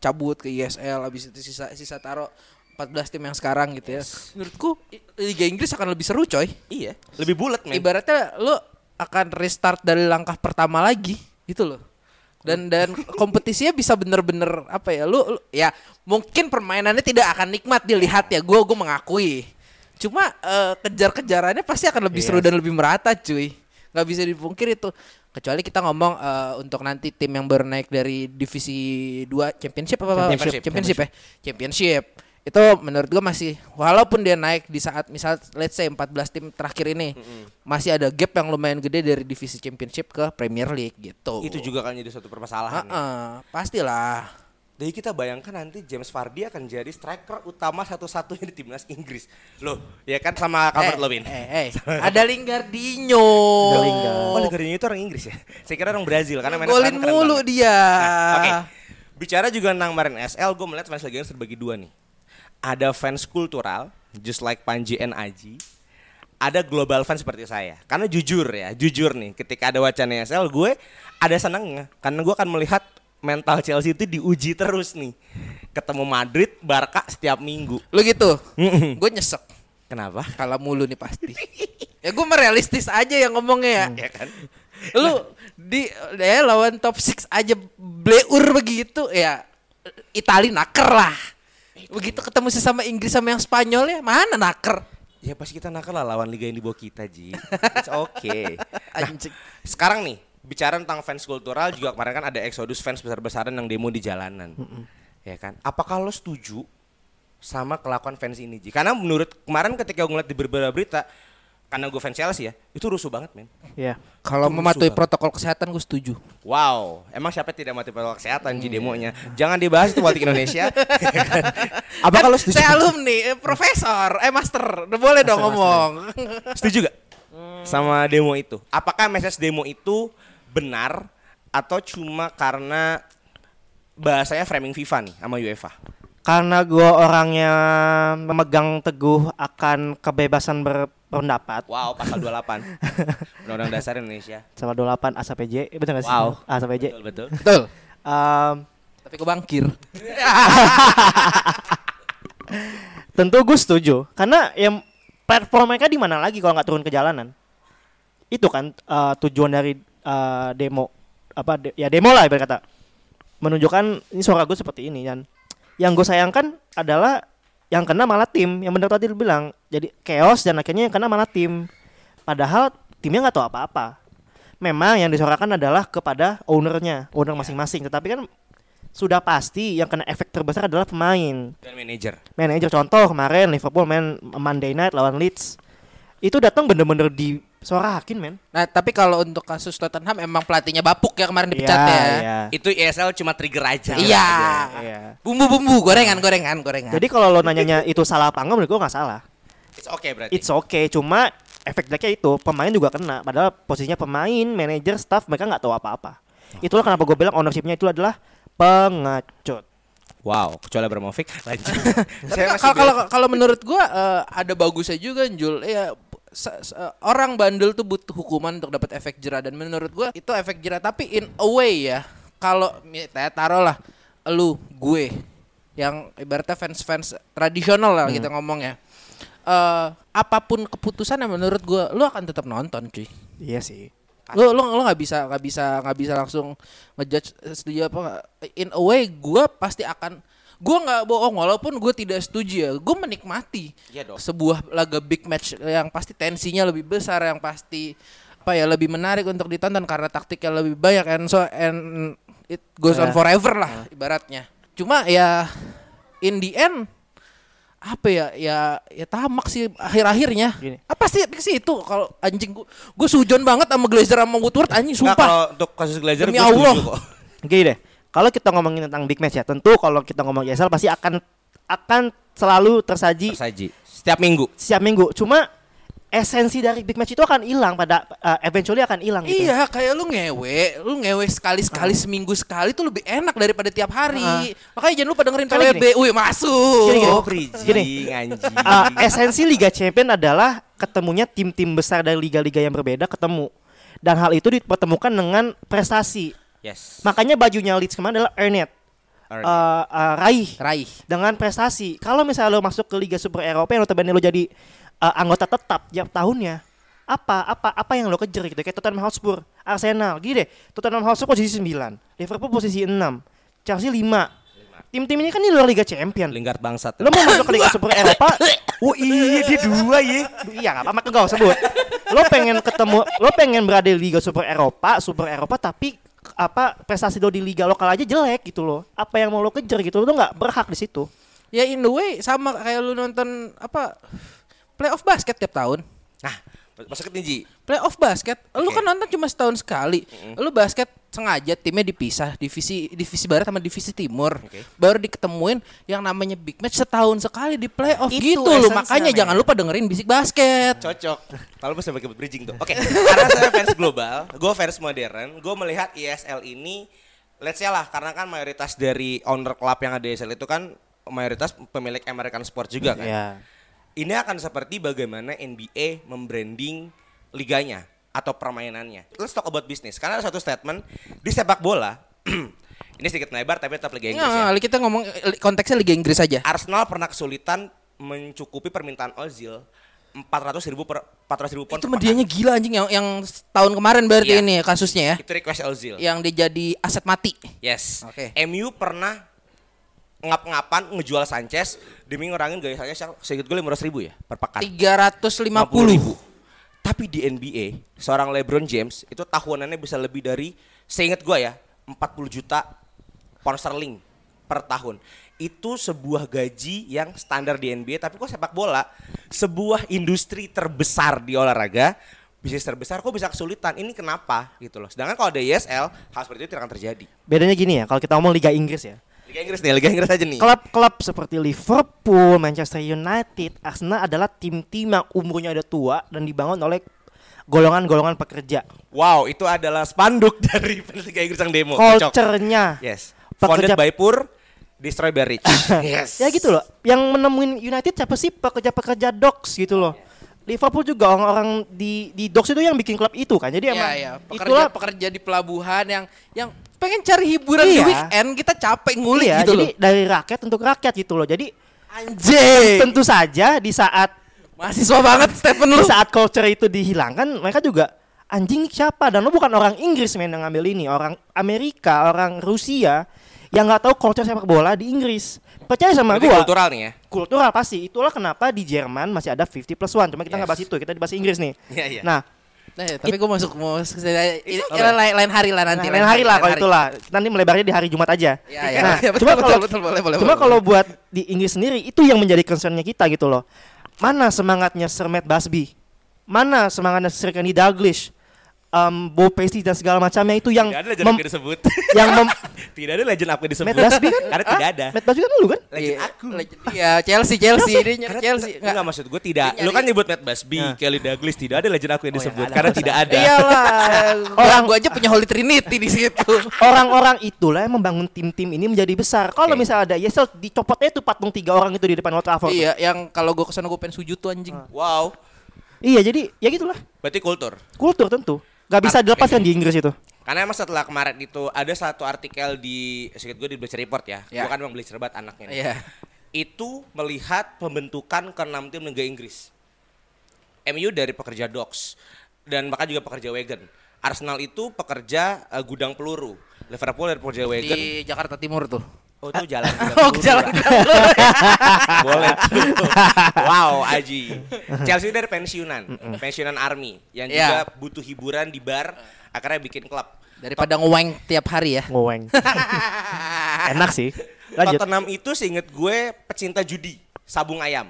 Speaker 5: cabut ke ISL habis itu sisa sisa taruh 14 tim yang sekarang gitu ya. Menurutku i- Liga Inggris akan lebih seru, coy.
Speaker 2: iya. Lebih bulat men.
Speaker 5: Ibaratnya lu akan restart dari langkah pertama lagi, gitu loh. Dan dan kompetisinya bisa bener-bener apa ya? Lu, lu- ya mungkin permainannya tidak akan nikmat dilihat ya. Gue gue mengakui. Cuma eh, kejar-kejarannya pasti akan lebih seru dan lebih merata, cuy. Nggak bisa dipungkir itu. Kecuali kita ngomong eh, untuk nanti tim yang baru naik dari divisi 2 championship apa apa?
Speaker 2: Championship.
Speaker 5: championship ya. Championship. Itu menurut gua masih walaupun dia naik di saat misal let's say 14 tim terakhir ini masih ada gap yang lumayan gede dari divisi championship ke Premier League gitu.
Speaker 2: Itu juga kan jadi suatu permasalahan. ya.
Speaker 5: Heeh, pastilah.
Speaker 2: Jadi kita bayangkan nanti James Vardy akan jadi striker utama satu-satunya di timnas Inggris. Loh, ya kan sama Calvert Lewin. *laughs*
Speaker 5: Eh, eh, ada Lingardinho.
Speaker 3: Ada Lingard.
Speaker 2: Oh, Lingardinho itu orang Inggris ya? Saya kira orang Brazil karena mainnya
Speaker 5: Golin
Speaker 2: keren-keren
Speaker 5: mulu
Speaker 2: banget.
Speaker 5: dia.
Speaker 2: Nah, Oke. Bicara juga tentang kemarin SL, gue melihat fans Liga Inggris terbagi dua nih. Ada fans kultural, just like Panji and Aji. Ada global fans seperti saya. Karena jujur ya, jujur nih. Ketika ada wacana SL, gue ada senangnya. Karena gue akan melihat mental Chelsea itu diuji terus nih. Ketemu Madrid, Barca setiap minggu.
Speaker 5: Lu gitu.
Speaker 2: Mm-mm.
Speaker 5: Gue nyesek
Speaker 2: Kenapa?
Speaker 5: kalah mulu nih pasti. *laughs* ya gue merealistis aja yang ngomongnya ya.
Speaker 2: Ya kan?
Speaker 5: lu di ya lawan top 6 aja bleur begitu ya Itali naker lah begitu ketemu sesama Inggris sama yang Spanyol ya mana naker
Speaker 2: Ya pasti kita nakal lah lawan liga yang di bawah kita, *laughs* Ji. It's okay. Nah,
Speaker 5: Anjing.
Speaker 2: Sekarang nih, bicara tentang fans kultural juga kemarin kan ada eksodus fans besar-besaran yang demo di jalanan. Ya kan? Apakah lo setuju sama kelakuan fans ini, Ji? Karena menurut kemarin ketika gue ngeliat di beberapa berita, karena gue fans Chelsea ya, itu rusuh banget, men.
Speaker 3: Iya.
Speaker 5: kalau
Speaker 2: Itu
Speaker 5: mematuhi
Speaker 2: musuh
Speaker 5: protokol kesehatan gue setuju
Speaker 2: Wow, emang siapa yang tidak mati protokol kesehatan Ji demonya? Jangan dibahas itu buat Indonesia. *laughs* Ya kan? Apa
Speaker 5: Kan
Speaker 2: kalau setuju?
Speaker 5: saya alumni eh, profesor eh master udah boleh dong ngomong
Speaker 2: Setuju gak? Hmm. Sama demo itu. Apakah message demo itu benar atau cuma karena bahasanya framing FIFA nih sama UEFA?
Speaker 3: Karena gua orangnya memegang teguh akan kebebasan berpendapat.
Speaker 2: Wow, pasal *laughs* 28. Undang-Undang Dasar Indonesia.
Speaker 3: Sama 28 ASPJ, eh, bener gak sih?
Speaker 2: Wow.
Speaker 3: ASPJ.
Speaker 2: Betul, betul.
Speaker 5: betul
Speaker 3: Em,
Speaker 5: tapi gue bangkir
Speaker 3: *laughs* Tentu gue setuju karena yang platform mereka di mana lagi kalau nggak turun ke jalanan. Itu kan eh, tujuan dari eh, demo apa de- ya demo lah ibarat kata. Menunjukkan ini suara gue seperti ini dan yang gue sayangkan adalah yang kena malah tim yang benar tadi lu bilang jadi chaos dan akhirnya yang kena malah tim padahal timnya nggak tahu apa-apa memang yang disorakan adalah kepada ownernya owner masing-masing tetapi kan sudah pasti yang kena efek terbesar adalah pemain
Speaker 2: dan manajer.
Speaker 3: manajer contoh kemarin Liverpool main Monday Night lawan Leeds itu datang bener-bener disorakin men
Speaker 5: Nah, tapi kalau untuk kasus Tottenham emang pelatihnya bapuk ya kemarin dipecat ya.
Speaker 3: iya.
Speaker 2: Ah. Itu ESL cuma trigger aja.
Speaker 5: Iya.
Speaker 3: Iya.
Speaker 5: Bumbu-bumbu, gorengan, gorengan, gorengan.
Speaker 3: jadi kalau lo nanyanya itu salah apa enggak menurut gue nggak salah
Speaker 2: It's okay berarti.
Speaker 3: It's okay, cuma efek jeleknya itu pemain juga kena. Padahal posisinya pemain, manajer, staff mereka nggak tahu apa-apa. Itulah kenapa gue bilang ownershipnya itu adalah pengecut.
Speaker 2: wow, kecuali Abramovich *laughs* lanjut.
Speaker 5: Tapi kalau kalau kalau menurut gua eh, ada bagusnya juga Jul. Ya se- se- eh, orang bandel tuh butuh hukuman untuk dapat efek jera dan menurut gua itu efek jera tapi in a way ya. Kalau mi- ta- taruhlah lu gue yang ibaratnya fans-fans tradisional lah gitu ngomongnya. Eh apapun keputusannya menurut gua lu akan tetap nonton cuy
Speaker 3: Iya sih.
Speaker 5: lo lo lo nggak bisa nggak bisa nggak bisa langsung ngejudge eh, setuju apa nggak. in a way gue pasti akan gue nggak bohong walaupun gue tidak setuju ya gue menikmati
Speaker 2: Iya dong.
Speaker 5: sebuah laga big match yang pasti tensinya lebih besar yang pasti apa ya lebih menarik untuk ditonton karena taktiknya lebih banyak and so and it goes
Speaker 2: Iya.
Speaker 5: on
Speaker 3: Ya.
Speaker 5: forever lah ibaratnya cuma ya in the end apa ya ya ya tamak sih akhir-akhirnya Ah,
Speaker 3: Gini.
Speaker 5: apa sih sih itu kalau anjing gua gua sujon banget sama Glazer sama Woodward anjing
Speaker 2: Nggak,
Speaker 5: sumpah
Speaker 2: kalau untuk kasus Glazer
Speaker 5: Demi
Speaker 2: gua setuju
Speaker 5: Allah.
Speaker 2: kok.
Speaker 3: Gini deh, kalau kita ngomongin tentang big match ya, tentu kalau kita ngomong ESL pasti akan akan selalu tersaji
Speaker 2: Tersaji. Setiap minggu.
Speaker 3: setiap minggu. Cuma esensi dari big match itu akan hilang pada uh, eventually akan hilang gitu.
Speaker 5: Iya, kayak lu ngewe, lu ngewe
Speaker 3: Ah.
Speaker 5: sekali-sekali seminggu sekali tuh lebih enak daripada tiap hari. Makanya jangan lupa dengerin
Speaker 3: Soalnya
Speaker 5: PWB. Wih, masuk.
Speaker 3: Ah. Gini, Iya. gini.
Speaker 2: Oh, bridging anjing.
Speaker 3: Uh, esensi Liga Champion adalah ketemunya tim-tim besar dari liga-liga yang berbeda ketemu. Dan hal itu dipertemukan dengan prestasi.
Speaker 2: yes.
Speaker 3: Makanya bajunya Leeds kemarin adalah earned,
Speaker 2: Alright.
Speaker 3: uh, uh, raih
Speaker 5: Raih.
Speaker 3: dengan prestasi. Kalau misalnya lo masuk ke Liga Super Eropa yang notabene lo jadi uh, anggota tetap tiap tahunnya, apa apa apa yang lo kejar gitu kayak Tottenham Hotspur, Arsenal, gini deh. Tottenham Hotspur posisi 9, Liverpool posisi 6, Chelsea 5. Tim-tim ini kan di luar Liga Champion.
Speaker 2: Lingard bangsat.
Speaker 3: Lo mau masuk ke Liga Super Eropa? Oh iya dia dua ya. Iya nggak apa-apa nggak usah sebut. Lo pengen ketemu, lo pengen berada di Liga Super Eropa, Super Eropa tapi apa prestasi lo di liga lokal aja jelek gitu loh. Apa yang mau lo kejar gitu lo tuh nggak berhak di situ.
Speaker 5: Ya in the way sama kayak lu nonton apa playoff basket tiap tahun.
Speaker 2: Nah, masuk ke Ji.
Speaker 5: Playoff basket, lu
Speaker 2: Oke.
Speaker 5: kan nonton cuma setahun sekali. Lu basket sengaja timnya dipisah divisi divisi barat sama divisi timur.
Speaker 2: Oke.
Speaker 5: Baru diketemuin yang namanya big match setahun sekali di playoff
Speaker 3: Itu
Speaker 5: gitu loh.
Speaker 3: esensinya,
Speaker 5: Makanya
Speaker 3: men.
Speaker 5: jangan lupa dengerin bisik basket.
Speaker 3: *laughs*
Speaker 2: Cocok. Kalau bisa pakai bridging tuh. Oke, karena saya fans global, gue fans modern, gue melihat ISL ini let's say lah karena kan mayoritas dari owner club yang ada di ISL itu kan mayoritas pemilik American Sport juga kan.
Speaker 3: Iya.
Speaker 2: Ini akan seperti bagaimana NBA membranding liganya atau permainannya. Let's talk about business. Karena ada satu statement di sepak bola *clears throat* ini sedikit melebar tapi tetap Liga Inggris ya. Ah,
Speaker 5: Nah, kita ngomong eh, konteksnya Liga Inggris aja.
Speaker 2: Arsenal pernah kesulitan mencukupi permintaan Ozil 400 ribu per 400 ribu pound
Speaker 5: Itu
Speaker 2: per
Speaker 5: medianya gila anjing yang yang tahun kemarin berarti
Speaker 2: Iya.
Speaker 5: ini ya kasusnya ya.
Speaker 2: pekan. itu request Ozil.
Speaker 5: Yang dia jadi aset mati.
Speaker 2: Yes.
Speaker 5: Oke.
Speaker 2: MU pernah ngap-ngapan ngejual Sanchez demi ngurangin gaya Sanchez yang sedikit gue 500 ribu ya per pekan.
Speaker 5: 350.
Speaker 2: ribu. Tapi di NBA seorang LeBron James itu tahunannya bisa lebih dari seingat gue ya 40 juta pound sterling per tahun. Itu sebuah gaji yang standar di NBA tapi kok sepak bola sebuah industri terbesar di olahraga bisnis terbesar kok bisa kesulitan ini kenapa gitu loh sedangkan kalau ada ESL hal seperti itu tidak akan terjadi
Speaker 3: Bedanya gini ya, kalau kita ngomong Liga Inggris ya.
Speaker 2: Liga Inggris nih, Liga Inggris aja nih.
Speaker 3: Klub-klub seperti Liverpool, Manchester United, Arsenal adalah tim-tim yang umurnya udah tua dan dibangun oleh golongan-golongan pekerja.
Speaker 2: Wow, itu adalah spanduk *laughs* dari Liga Inggris yang demo. Oh, Cocok.
Speaker 3: Culture-nya.
Speaker 2: Yes. Founded
Speaker 3: Pekerja-
Speaker 2: by poor, destroyed by
Speaker 3: *laughs*
Speaker 2: rich. yes.
Speaker 3: Ya gitu loh. Yang menemuin United siapa sih pekerja-pekerja dogs gitu loh. Liverpool juga orang-orang di di dogs itu yang bikin klub itu kan. Jadi emang
Speaker 5: Ya, ya. Pekerja,
Speaker 3: itulah
Speaker 5: pekerja di pelabuhan yang yang pengen cari hiburan di
Speaker 3: Iya.
Speaker 5: weekend kita capek ngulik
Speaker 3: Iya,
Speaker 5: gitu
Speaker 3: jadi
Speaker 5: loh.
Speaker 3: dari rakyat untuk rakyat gitu loh. Jadi
Speaker 5: Anjing.
Speaker 3: Tentu saja di saat
Speaker 5: Mahasiswa banget Stephen
Speaker 3: di
Speaker 5: lu.
Speaker 3: saat culture itu dihilangkan, mereka juga anjing ini siapa dan lo bukan orang Inggris men yang ngambil ini, orang Amerika, orang Rusia yang nggak tahu culture sepak bola di Inggris. Percaya sama
Speaker 2: Berarti
Speaker 3: gua.
Speaker 2: kultural nih ya.
Speaker 3: kultural pasti itulah kenapa di Jerman masih ada 50 plus one cuma kita nggak
Speaker 2: Yes.
Speaker 3: bahas itu kita dibahas Inggris nih
Speaker 2: Iya, iya.
Speaker 3: nah
Speaker 5: Nah, ya, tapi gue masuk mau
Speaker 2: It's okay.
Speaker 5: lain, lain hari lah nanti.
Speaker 3: nah, lain hari lah kalau
Speaker 5: lain hari.
Speaker 3: itulah kita nanti melebarnya di hari Jumat aja
Speaker 5: Ya, ya.
Speaker 3: nah
Speaker 5: Ya, *laughs* betul,
Speaker 3: cuma
Speaker 5: betul,
Speaker 3: kalau
Speaker 5: betul, boleh, boleh,
Speaker 3: cuma
Speaker 5: boleh.
Speaker 3: kalau buat di Inggris sendiri itu yang menjadi concernnya kita gitu loh mana semangatnya Sir Matt Busby mana semangatnya Sir Kenny Dalglish um, Bo Pesci dan segala macamnya itu yang
Speaker 2: Tidak ada legend
Speaker 3: mem-
Speaker 2: aku yang disebut.
Speaker 3: *laughs*
Speaker 2: *laughs*
Speaker 3: yang mem-
Speaker 2: tidak ada legend aku yang disebut.
Speaker 3: Matt Busby kan
Speaker 2: *laughs* Karena
Speaker 3: ah,
Speaker 2: tidak ada.
Speaker 3: Matt Busby kan lu kan
Speaker 2: Legend
Speaker 5: Iya,
Speaker 2: aku.
Speaker 5: legend- Iya, Chelsea, Chelsea, dia nyari
Speaker 2: Karena
Speaker 5: Chelsea.
Speaker 2: Enggak,
Speaker 5: Enggak.
Speaker 2: maksud gue tidak.
Speaker 5: Dia
Speaker 2: Lu kan
Speaker 5: nyari-
Speaker 2: nyebut Matt Busby,
Speaker 3: Nah.
Speaker 2: Kelly Douglas, tidak ada legend aku yang
Speaker 3: Oh, yang
Speaker 2: disebut
Speaker 3: ada,
Speaker 2: karena
Speaker 3: nggak
Speaker 2: tidak
Speaker 3: usah.
Speaker 2: ada.
Speaker 3: *laughs*
Speaker 5: Iyalah, orang
Speaker 3: Orang-
Speaker 5: gue aja punya Holy Trinity di situ.
Speaker 3: orang-orang itulah yang membangun tim-tim ini menjadi besar. Kalau misalnya ada Yesel dicopotnya itu patung tiga orang itu di depan Old Trafford.
Speaker 5: iya, yang kalau gue kesana gue pengen sujud tuh anjing.
Speaker 3: Ah.
Speaker 2: Wow.
Speaker 3: Iya, jadi ya gitulah.
Speaker 2: Berarti kultur.
Speaker 3: Kultur tentu. Gak bisa dilepaskan di Inggris itu.
Speaker 2: Karena emang setelah kemarin itu ada satu artikel di sedikit gue di Bleacher Report ya.
Speaker 5: Ya.
Speaker 3: Iya.
Speaker 2: Gue kan emang Bleacher banget anaknya. nih.
Speaker 5: Iya.
Speaker 2: Itu melihat pembentukan keenam tim Liga Inggris. MU dari pekerja docks dan bahkan juga pekerja wagon. Arsenal itu pekerja eh, gudang peluru. Liverpool dari pekerja wagon.
Speaker 5: Di Jakarta Timur tuh.
Speaker 2: Oh itu *laughs* jalan gudang
Speaker 5: Oh,
Speaker 2: peluru,
Speaker 3: *laughs*
Speaker 5: jalan
Speaker 2: Pak.
Speaker 5: Timur.
Speaker 2: Boleh. tuh. *laughs* wow, Aji. *laughs* Chelsea dari pensiunan, pensiunan army yang
Speaker 5: Iya.
Speaker 2: juga butuh hiburan di bar, akhirnya bikin klub.
Speaker 5: Daripada ngeweng tiap hari ya.
Speaker 2: *laughs*
Speaker 3: Ngoweng. Enak sih. Lanjut.
Speaker 2: Tottenham itu seinget gue pecinta judi, sabung ayam.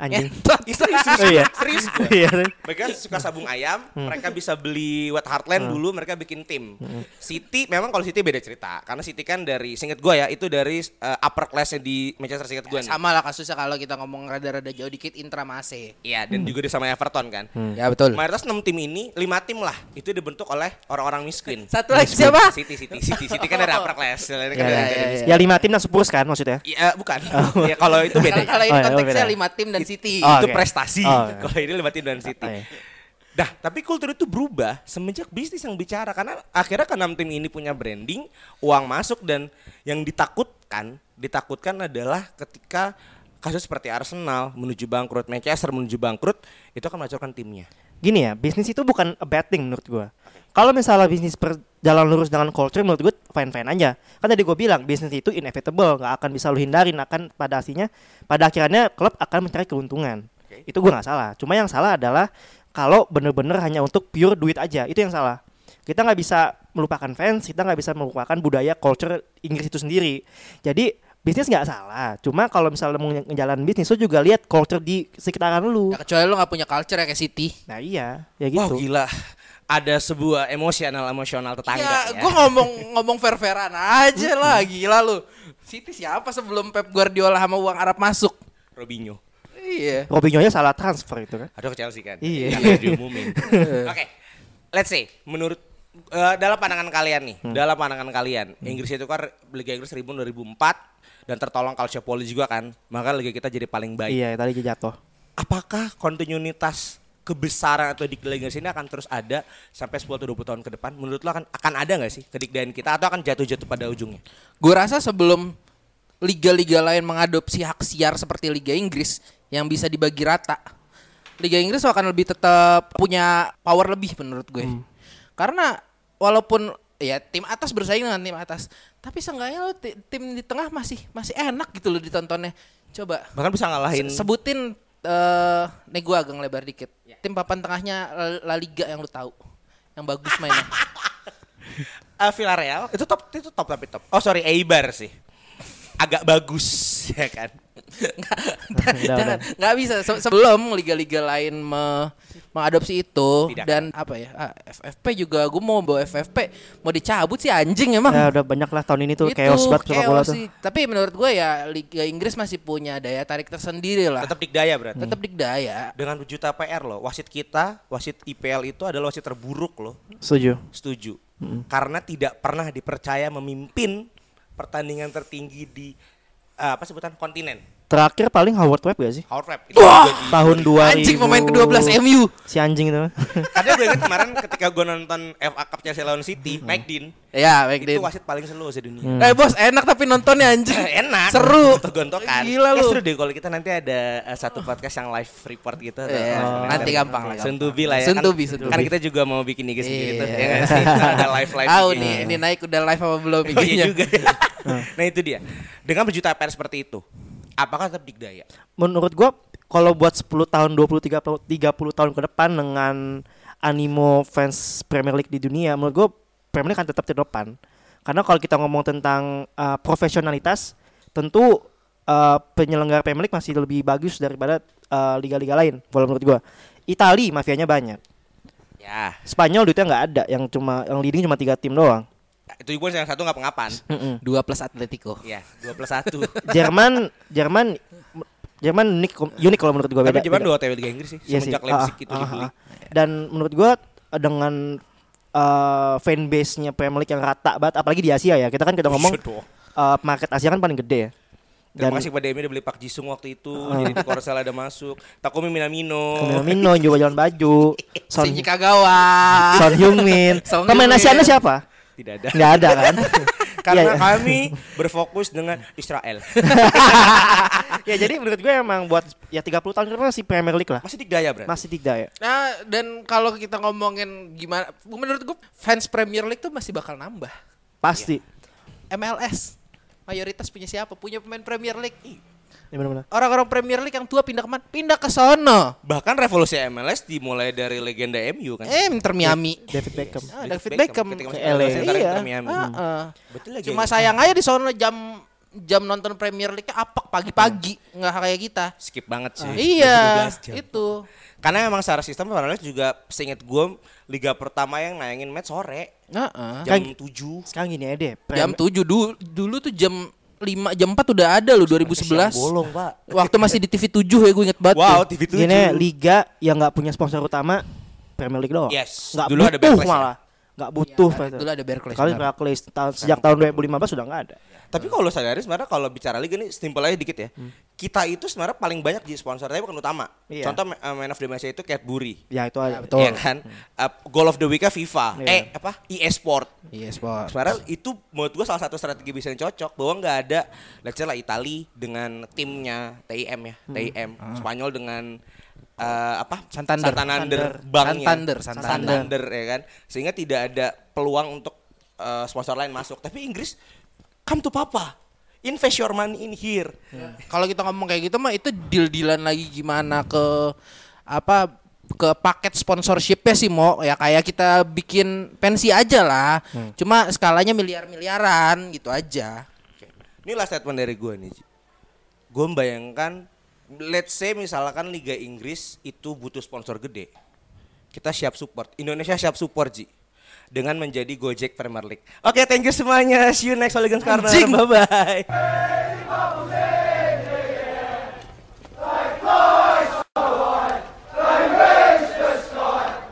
Speaker 3: Anjing.
Speaker 2: Itu *laughs* serius,
Speaker 3: Oh, iya.
Speaker 2: serius gue.
Speaker 3: Iya.
Speaker 2: Mereka suka sabung ayam,
Speaker 3: Hmm.
Speaker 2: mereka bisa beli What Heartland dulu, mereka bikin tim. City memang kalau City beda cerita, karena City kan dari seinget gue ya, itu dari eh, upper classnya di Manchester seinget
Speaker 3: kan ya.
Speaker 2: gue. nih.
Speaker 5: Sama lah kasusnya kalau kita ngomong rada-rada jauh dikit intramase.
Speaker 2: Iya,
Speaker 3: Hmm.
Speaker 2: dan juga dia sama Everton kan.
Speaker 5: Ya betul.
Speaker 2: Mayoritas 6 tim ini, 5 tim lah, itu dibentuk oleh orang-orang miskin. Ah!
Speaker 5: Satu lagi siapa?
Speaker 2: City, City, City, City kan
Speaker 5: Oh.
Speaker 2: dari upper class. dari- dari-
Speaker 3: Ya, ya,
Speaker 2: dari-
Speaker 3: ya. Ya, lima tim dan Spurs kan maksudnya.
Speaker 2: Iya, bukan. Ya kalau itu beda.
Speaker 5: Kalau kalau ini
Speaker 3: Oh, iya,
Speaker 5: konteksnya
Speaker 3: beda.
Speaker 5: lima tim dan City.
Speaker 3: Oh,
Speaker 2: itu
Speaker 3: oke.
Speaker 2: prestasi.
Speaker 3: Oh, oke.
Speaker 2: Kalau ini lewat dan City.
Speaker 3: Oh, iya.
Speaker 2: Dah, tapi kultur itu berubah semenjak bisnis yang bicara karena akhirnya keenam tim ini punya branding, uang masuk dan yang ditakutkan, ditakutkan adalah ketika kasus seperti Arsenal menuju bangkrut, Manchester menuju bangkrut, itu akan menghancurkan timnya.
Speaker 3: Gini ya, bisnis itu bukan a bad thing menurut gua. Kalau misalnya bisnis berjalan lurus dengan culture menurut gue fine-fine aja. Kan tadi gue bilang bisnis itu inevitable, nggak akan bisa lu hindarin akan pada aslinya pada akhirnya klub akan mencari keuntungan. Itu gua nggak salah. Cuma yang salah adalah kalau bener-bener hanya untuk pure duit aja, itu yang salah. Kita nggak bisa melupakan fans, kita nggak bisa melupakan budaya culture Inggris itu sendiri. Jadi bisnis nggak salah. Cuma kalau misalnya mau nge- ngejalanin bisnis lu juga lihat culture di sekitaran lu.
Speaker 5: Ya, kecuali lu gak punya culture ya kayak City.
Speaker 3: Nah iya, ya gitu.
Speaker 2: Wah gila, ada sebuah emosional emosional tetangga.
Speaker 5: Ya,
Speaker 2: ya.
Speaker 5: gue ngomong ngomong fair-fairan aja lah, gila lu. City siapa sebelum Pep Guardiola sama uang Arab masuk?
Speaker 2: Robinho.
Speaker 5: Iya.
Speaker 3: Robinho nya salah transfer itu kan.
Speaker 2: Aduh ke Chelsea kan.
Speaker 3: Iya.
Speaker 2: Karena *laughs* diumumin. Oke. Let's say menurut eh, dalam pandangan kalian nih, dalam pandangan kalian, Inggris itu kan Liga Inggris 1000 2004 dan tertolong Calciopoli juga kan. Maka liga kita jadi paling baik.
Speaker 3: Iya, tadi dia jatuh.
Speaker 2: Apakah kontinuitas kebesaran atau dikdaya Inggris ini akan terus ada sampai 10 atau 20 tahun ke depan? Menurut lo akan akan ada nggak sih kedikdayaan kita atau akan jatuh-jatuh pada ujungnya?
Speaker 5: Gue rasa sebelum liga-liga lain mengadopsi hak siar seperti Liga Inggris yang bisa dibagi rata, Liga Inggris akan lebih tetap punya power lebih menurut gue. Karena walaupun ya tim atas bersaing dengan tim atas, tapi seenggaknya lo ti- tim di tengah masih masih enak gitu loh ditontonnya. Coba
Speaker 2: Bahkan bisa ngalahin
Speaker 5: Se- sebutin eh nih gue agak lebar dikit.
Speaker 2: Ya.
Speaker 5: Tim papan tengahnya La- La Liga yang lu tahu, yang bagus
Speaker 2: *laughs*
Speaker 5: mainnya.
Speaker 2: eh, Villarreal. Itu top itu top tapi top. Oh sorry, Eibar sih. Agak bagus *laughs* ya kan.
Speaker 5: Nggak-
Speaker 3: udah,
Speaker 5: Jangan, nggak bisa. Se- sebelum liga-liga lain me- mengadopsi itu
Speaker 2: Tidak.
Speaker 5: dan apa ya? ah, FFP juga gue mau bawa FFP mau dicabut sih anjing emang.
Speaker 3: Ya udah banyak lah tahun ini tuh chaos banget sepak bola
Speaker 5: chaos
Speaker 3: tuh.
Speaker 5: sih. Tapi menurut gue ya Liga Inggris masih punya daya tarik tersendiri lah.
Speaker 2: Tetap dikdaya berarti.
Speaker 3: Hmm.
Speaker 5: Tetap dikdaya.
Speaker 2: dengan juta PR loh. Wasit kita, wasit IPL itu adalah wasit terburuk loh.
Speaker 3: Setuju.
Speaker 2: Setuju.
Speaker 5: Hmm.
Speaker 2: Karena tidak pernah dipercaya memimpin pertandingan tertinggi di eh, apa sebutan kontinen.
Speaker 3: Terakhir paling Howard Webb gak sih?
Speaker 2: Howard Webb. Itu jadi-
Speaker 3: Tahun 2000
Speaker 5: Anjing pemain ke-12 MU.
Speaker 3: Si anjing itu. *laughs*
Speaker 2: Karena gue ingat kemarin ketika gue nonton FA Cup-nya Chelsea lawan City,
Speaker 5: Hmm.
Speaker 2: Mike Dean,
Speaker 5: Ya, baik
Speaker 2: itu
Speaker 5: deh.
Speaker 2: wasit paling slow sedunia.
Speaker 5: Eh bos, enak tapi nontonnya *laughs* anjing.
Speaker 2: *laughs* enak
Speaker 5: Seru.
Speaker 2: gontokan
Speaker 5: Gila lu.
Speaker 2: seru deh kalau kita nanti ada eh, satu podcast yang live report gitu atau-
Speaker 5: Iya,
Speaker 2: atau-
Speaker 5: nanti gampang lah,
Speaker 2: soon to
Speaker 5: gampang.
Speaker 2: be lah ya
Speaker 5: Soon
Speaker 2: kan,
Speaker 5: to be, soon to
Speaker 2: kan
Speaker 5: be.
Speaker 2: kita juga mau bikin IG sendiri tuh
Speaker 5: Iya.
Speaker 2: ya nggak sih *laughs* Ntar ada gitu. live live
Speaker 5: Tahu nih, ini naik udah live apa belum
Speaker 2: *laughs* iya
Speaker 5: ininya.
Speaker 2: juga nah itu dia dengan berjuta pers seperti itu apakah tetap dikdaya
Speaker 3: Menurut gua kalau buat 10 tahun, 20, 30, 30 tahun ke depan dengan animo fans Premier League di dunia, menurut gua Premier League akan tetap di depan. Karena kalau kita ngomong tentang uh, profesionalitas, tentu uh, penyelenggara Premier League masih lebih bagus daripada uh, liga-liga lain. Kalau menurut gua, Itali mafianya banyak.
Speaker 2: ya
Speaker 3: Spanyol duitnya nggak ada, yang cuma yang leading cuma tiga tim doang.
Speaker 2: itu gue yang satu nggak pengapan
Speaker 5: Dua plus Atletico.
Speaker 2: ya dua plus
Speaker 3: *laughs*
Speaker 2: satu
Speaker 3: Jerman, Jerman, Jerman unik, unik kalau menurut gua
Speaker 2: tapi
Speaker 3: beda.
Speaker 2: cuman
Speaker 3: beda.
Speaker 2: dua TW Liga Inggris sih
Speaker 3: Iya sih.
Speaker 2: semenjak
Speaker 3: Ah,
Speaker 2: Leipzig itu
Speaker 3: ah,
Speaker 2: dibeli
Speaker 3: ah. Dan menurut gua dengan eh, fanbase-nya Premier League yang rata banget, apalagi di Asia ya. Kita kan kita ngomong
Speaker 2: Buset, doh.
Speaker 3: eh, market Asia kan paling gede ya. Dan
Speaker 2: Iya,
Speaker 3: Ah.
Speaker 2: Terima kasih pada Emi udah beli Pak Jisung waktu itu. Jadi di Korsel ada masuk. Takumi Minamino.
Speaker 3: Minamino juga jualan baju, Son,
Speaker 5: Shinji Kagawa.
Speaker 3: Son
Speaker 2: *laughs*
Speaker 3: Heung-min.
Speaker 5: Son
Speaker 3: Pemain
Speaker 5: Heung-min.
Speaker 3: Asia Anda siapa?
Speaker 2: *laughs* Tidak ada.
Speaker 3: Nggak ada kan?
Speaker 2: Ya. *laughs* Karena kan-
Speaker 3: Iya, iya.
Speaker 2: kami berfokus dengan Israel.
Speaker 3: ya jadi menurut gue emang buat ya 30 tahun ke depan masih Premier League lah.
Speaker 2: Masih dikdaya berarti.
Speaker 3: Masih tidak ya.
Speaker 5: Nah, dan kalau kita ngomongin gimana menurut gue fans Premier League tuh masih bakal nambah.
Speaker 3: Pasti.
Speaker 2: Iya.
Speaker 5: MLS mayoritas punya siapa? Punya pemain Premier League.
Speaker 3: Ya, benar-benar.
Speaker 5: Orang-orang Premier League yang tua pindah kemana? Pindah ke sono.
Speaker 2: Bahkan revolusi MLS dimulai dari legenda MU kan.
Speaker 5: Eh, Inter Miami.
Speaker 2: Iya.
Speaker 3: David Beckham.
Speaker 5: Ah, David Beckham.
Speaker 2: Ketika
Speaker 3: ke
Speaker 2: masuk
Speaker 3: LA.
Speaker 2: Inter
Speaker 5: Iya. ah.
Speaker 2: Inter Miami.
Speaker 5: Heeh.
Speaker 2: Betul lagi.
Speaker 5: Cuma sayang aja di sono jam jam nonton Premier League apak pagi-pagi
Speaker 2: Iya.
Speaker 5: nggak kayak kita.
Speaker 2: skip banget
Speaker 3: Ah,
Speaker 2: sih.
Speaker 5: Iya,
Speaker 2: 12 jam.
Speaker 5: itu.
Speaker 2: Karena memang secara sistem Paralel juga seingat gue liga pertama yang nayangin match sore
Speaker 5: Heeh.
Speaker 2: jam
Speaker 3: Kan-
Speaker 2: 7.
Speaker 3: Sekarang gini aja deh.
Speaker 5: Jam
Speaker 3: Prem-
Speaker 5: 7 dulu dulu tuh jam 5 jam 4 udah ada loh 2011.
Speaker 2: Bolong, Pak.
Speaker 5: Waktu masih di TV 7 ya gue inget banget.
Speaker 2: Wow,
Speaker 5: tuh.
Speaker 2: TV 7.
Speaker 3: Gini liga yang nggak punya sponsor utama Premier League doang.
Speaker 2: Yes.
Speaker 3: Nggak
Speaker 2: Dulu ada
Speaker 3: butuh
Speaker 2: Barclays ya.
Speaker 3: malah. Nggak butuh.
Speaker 5: ada- Iya, dulu ada Barclays,
Speaker 3: Kali
Speaker 5: benar.
Speaker 3: Barclays tahun sejak tahun 2015 sudah nggak ada.
Speaker 2: Tapi kalau lu sadari sebenarnya kalau bicara liga nih simpel aja dikit ya. Kita itu sebenarnya paling banyak di sponsor tapi bukan utama.
Speaker 3: Hmm. Iya.
Speaker 2: Contoh ma- uh, man of the match itu Cadbury.
Speaker 3: Ya itu aja.
Speaker 5: betul.
Speaker 2: Iya kan? Uh, goal of the week FIFA.
Speaker 3: Hmm. Iya.
Speaker 2: Eh apa? EA Sport.
Speaker 5: Iya, Sport.
Speaker 2: Sebenarnya itu menurut gua salah satu strategi bisnis yang cocok bahwa nggak ada let's say lah Itali dengan timnya TIM ya,
Speaker 5: Hmm.
Speaker 2: TIM. Spanyol dengan eh, apa?
Speaker 5: Ah. Santander.
Speaker 2: Santander
Speaker 5: Santander.
Speaker 2: banknya.
Speaker 5: Santander, Santander.
Speaker 2: Santander, ya kan. Sehingga tidak ada peluang untuk eh, sponsor lain masuk. Tapi Inggris come to papa. Invest your money in here.
Speaker 5: Kalau kita ngomong kayak gitu mah itu deal-dealan lagi gimana ke apa ke paket sponsorshipnya sih mo ya kayak kita bikin pensi aja lah
Speaker 2: Hmm.
Speaker 5: cuma skalanya miliar miliaran gitu aja
Speaker 2: Oke. Ini last statement dari gue nih. Gue membayangkan, let's say misalkan Liga Inggris itu butuh sponsor gede. Kita siap support. Indonesia siap support, Ji. Dengan menjadi Gojek Premier League. Oke, thank you semuanya. See you next Hooligans Corner.
Speaker 5: Anjing.
Speaker 2: Bye-bye.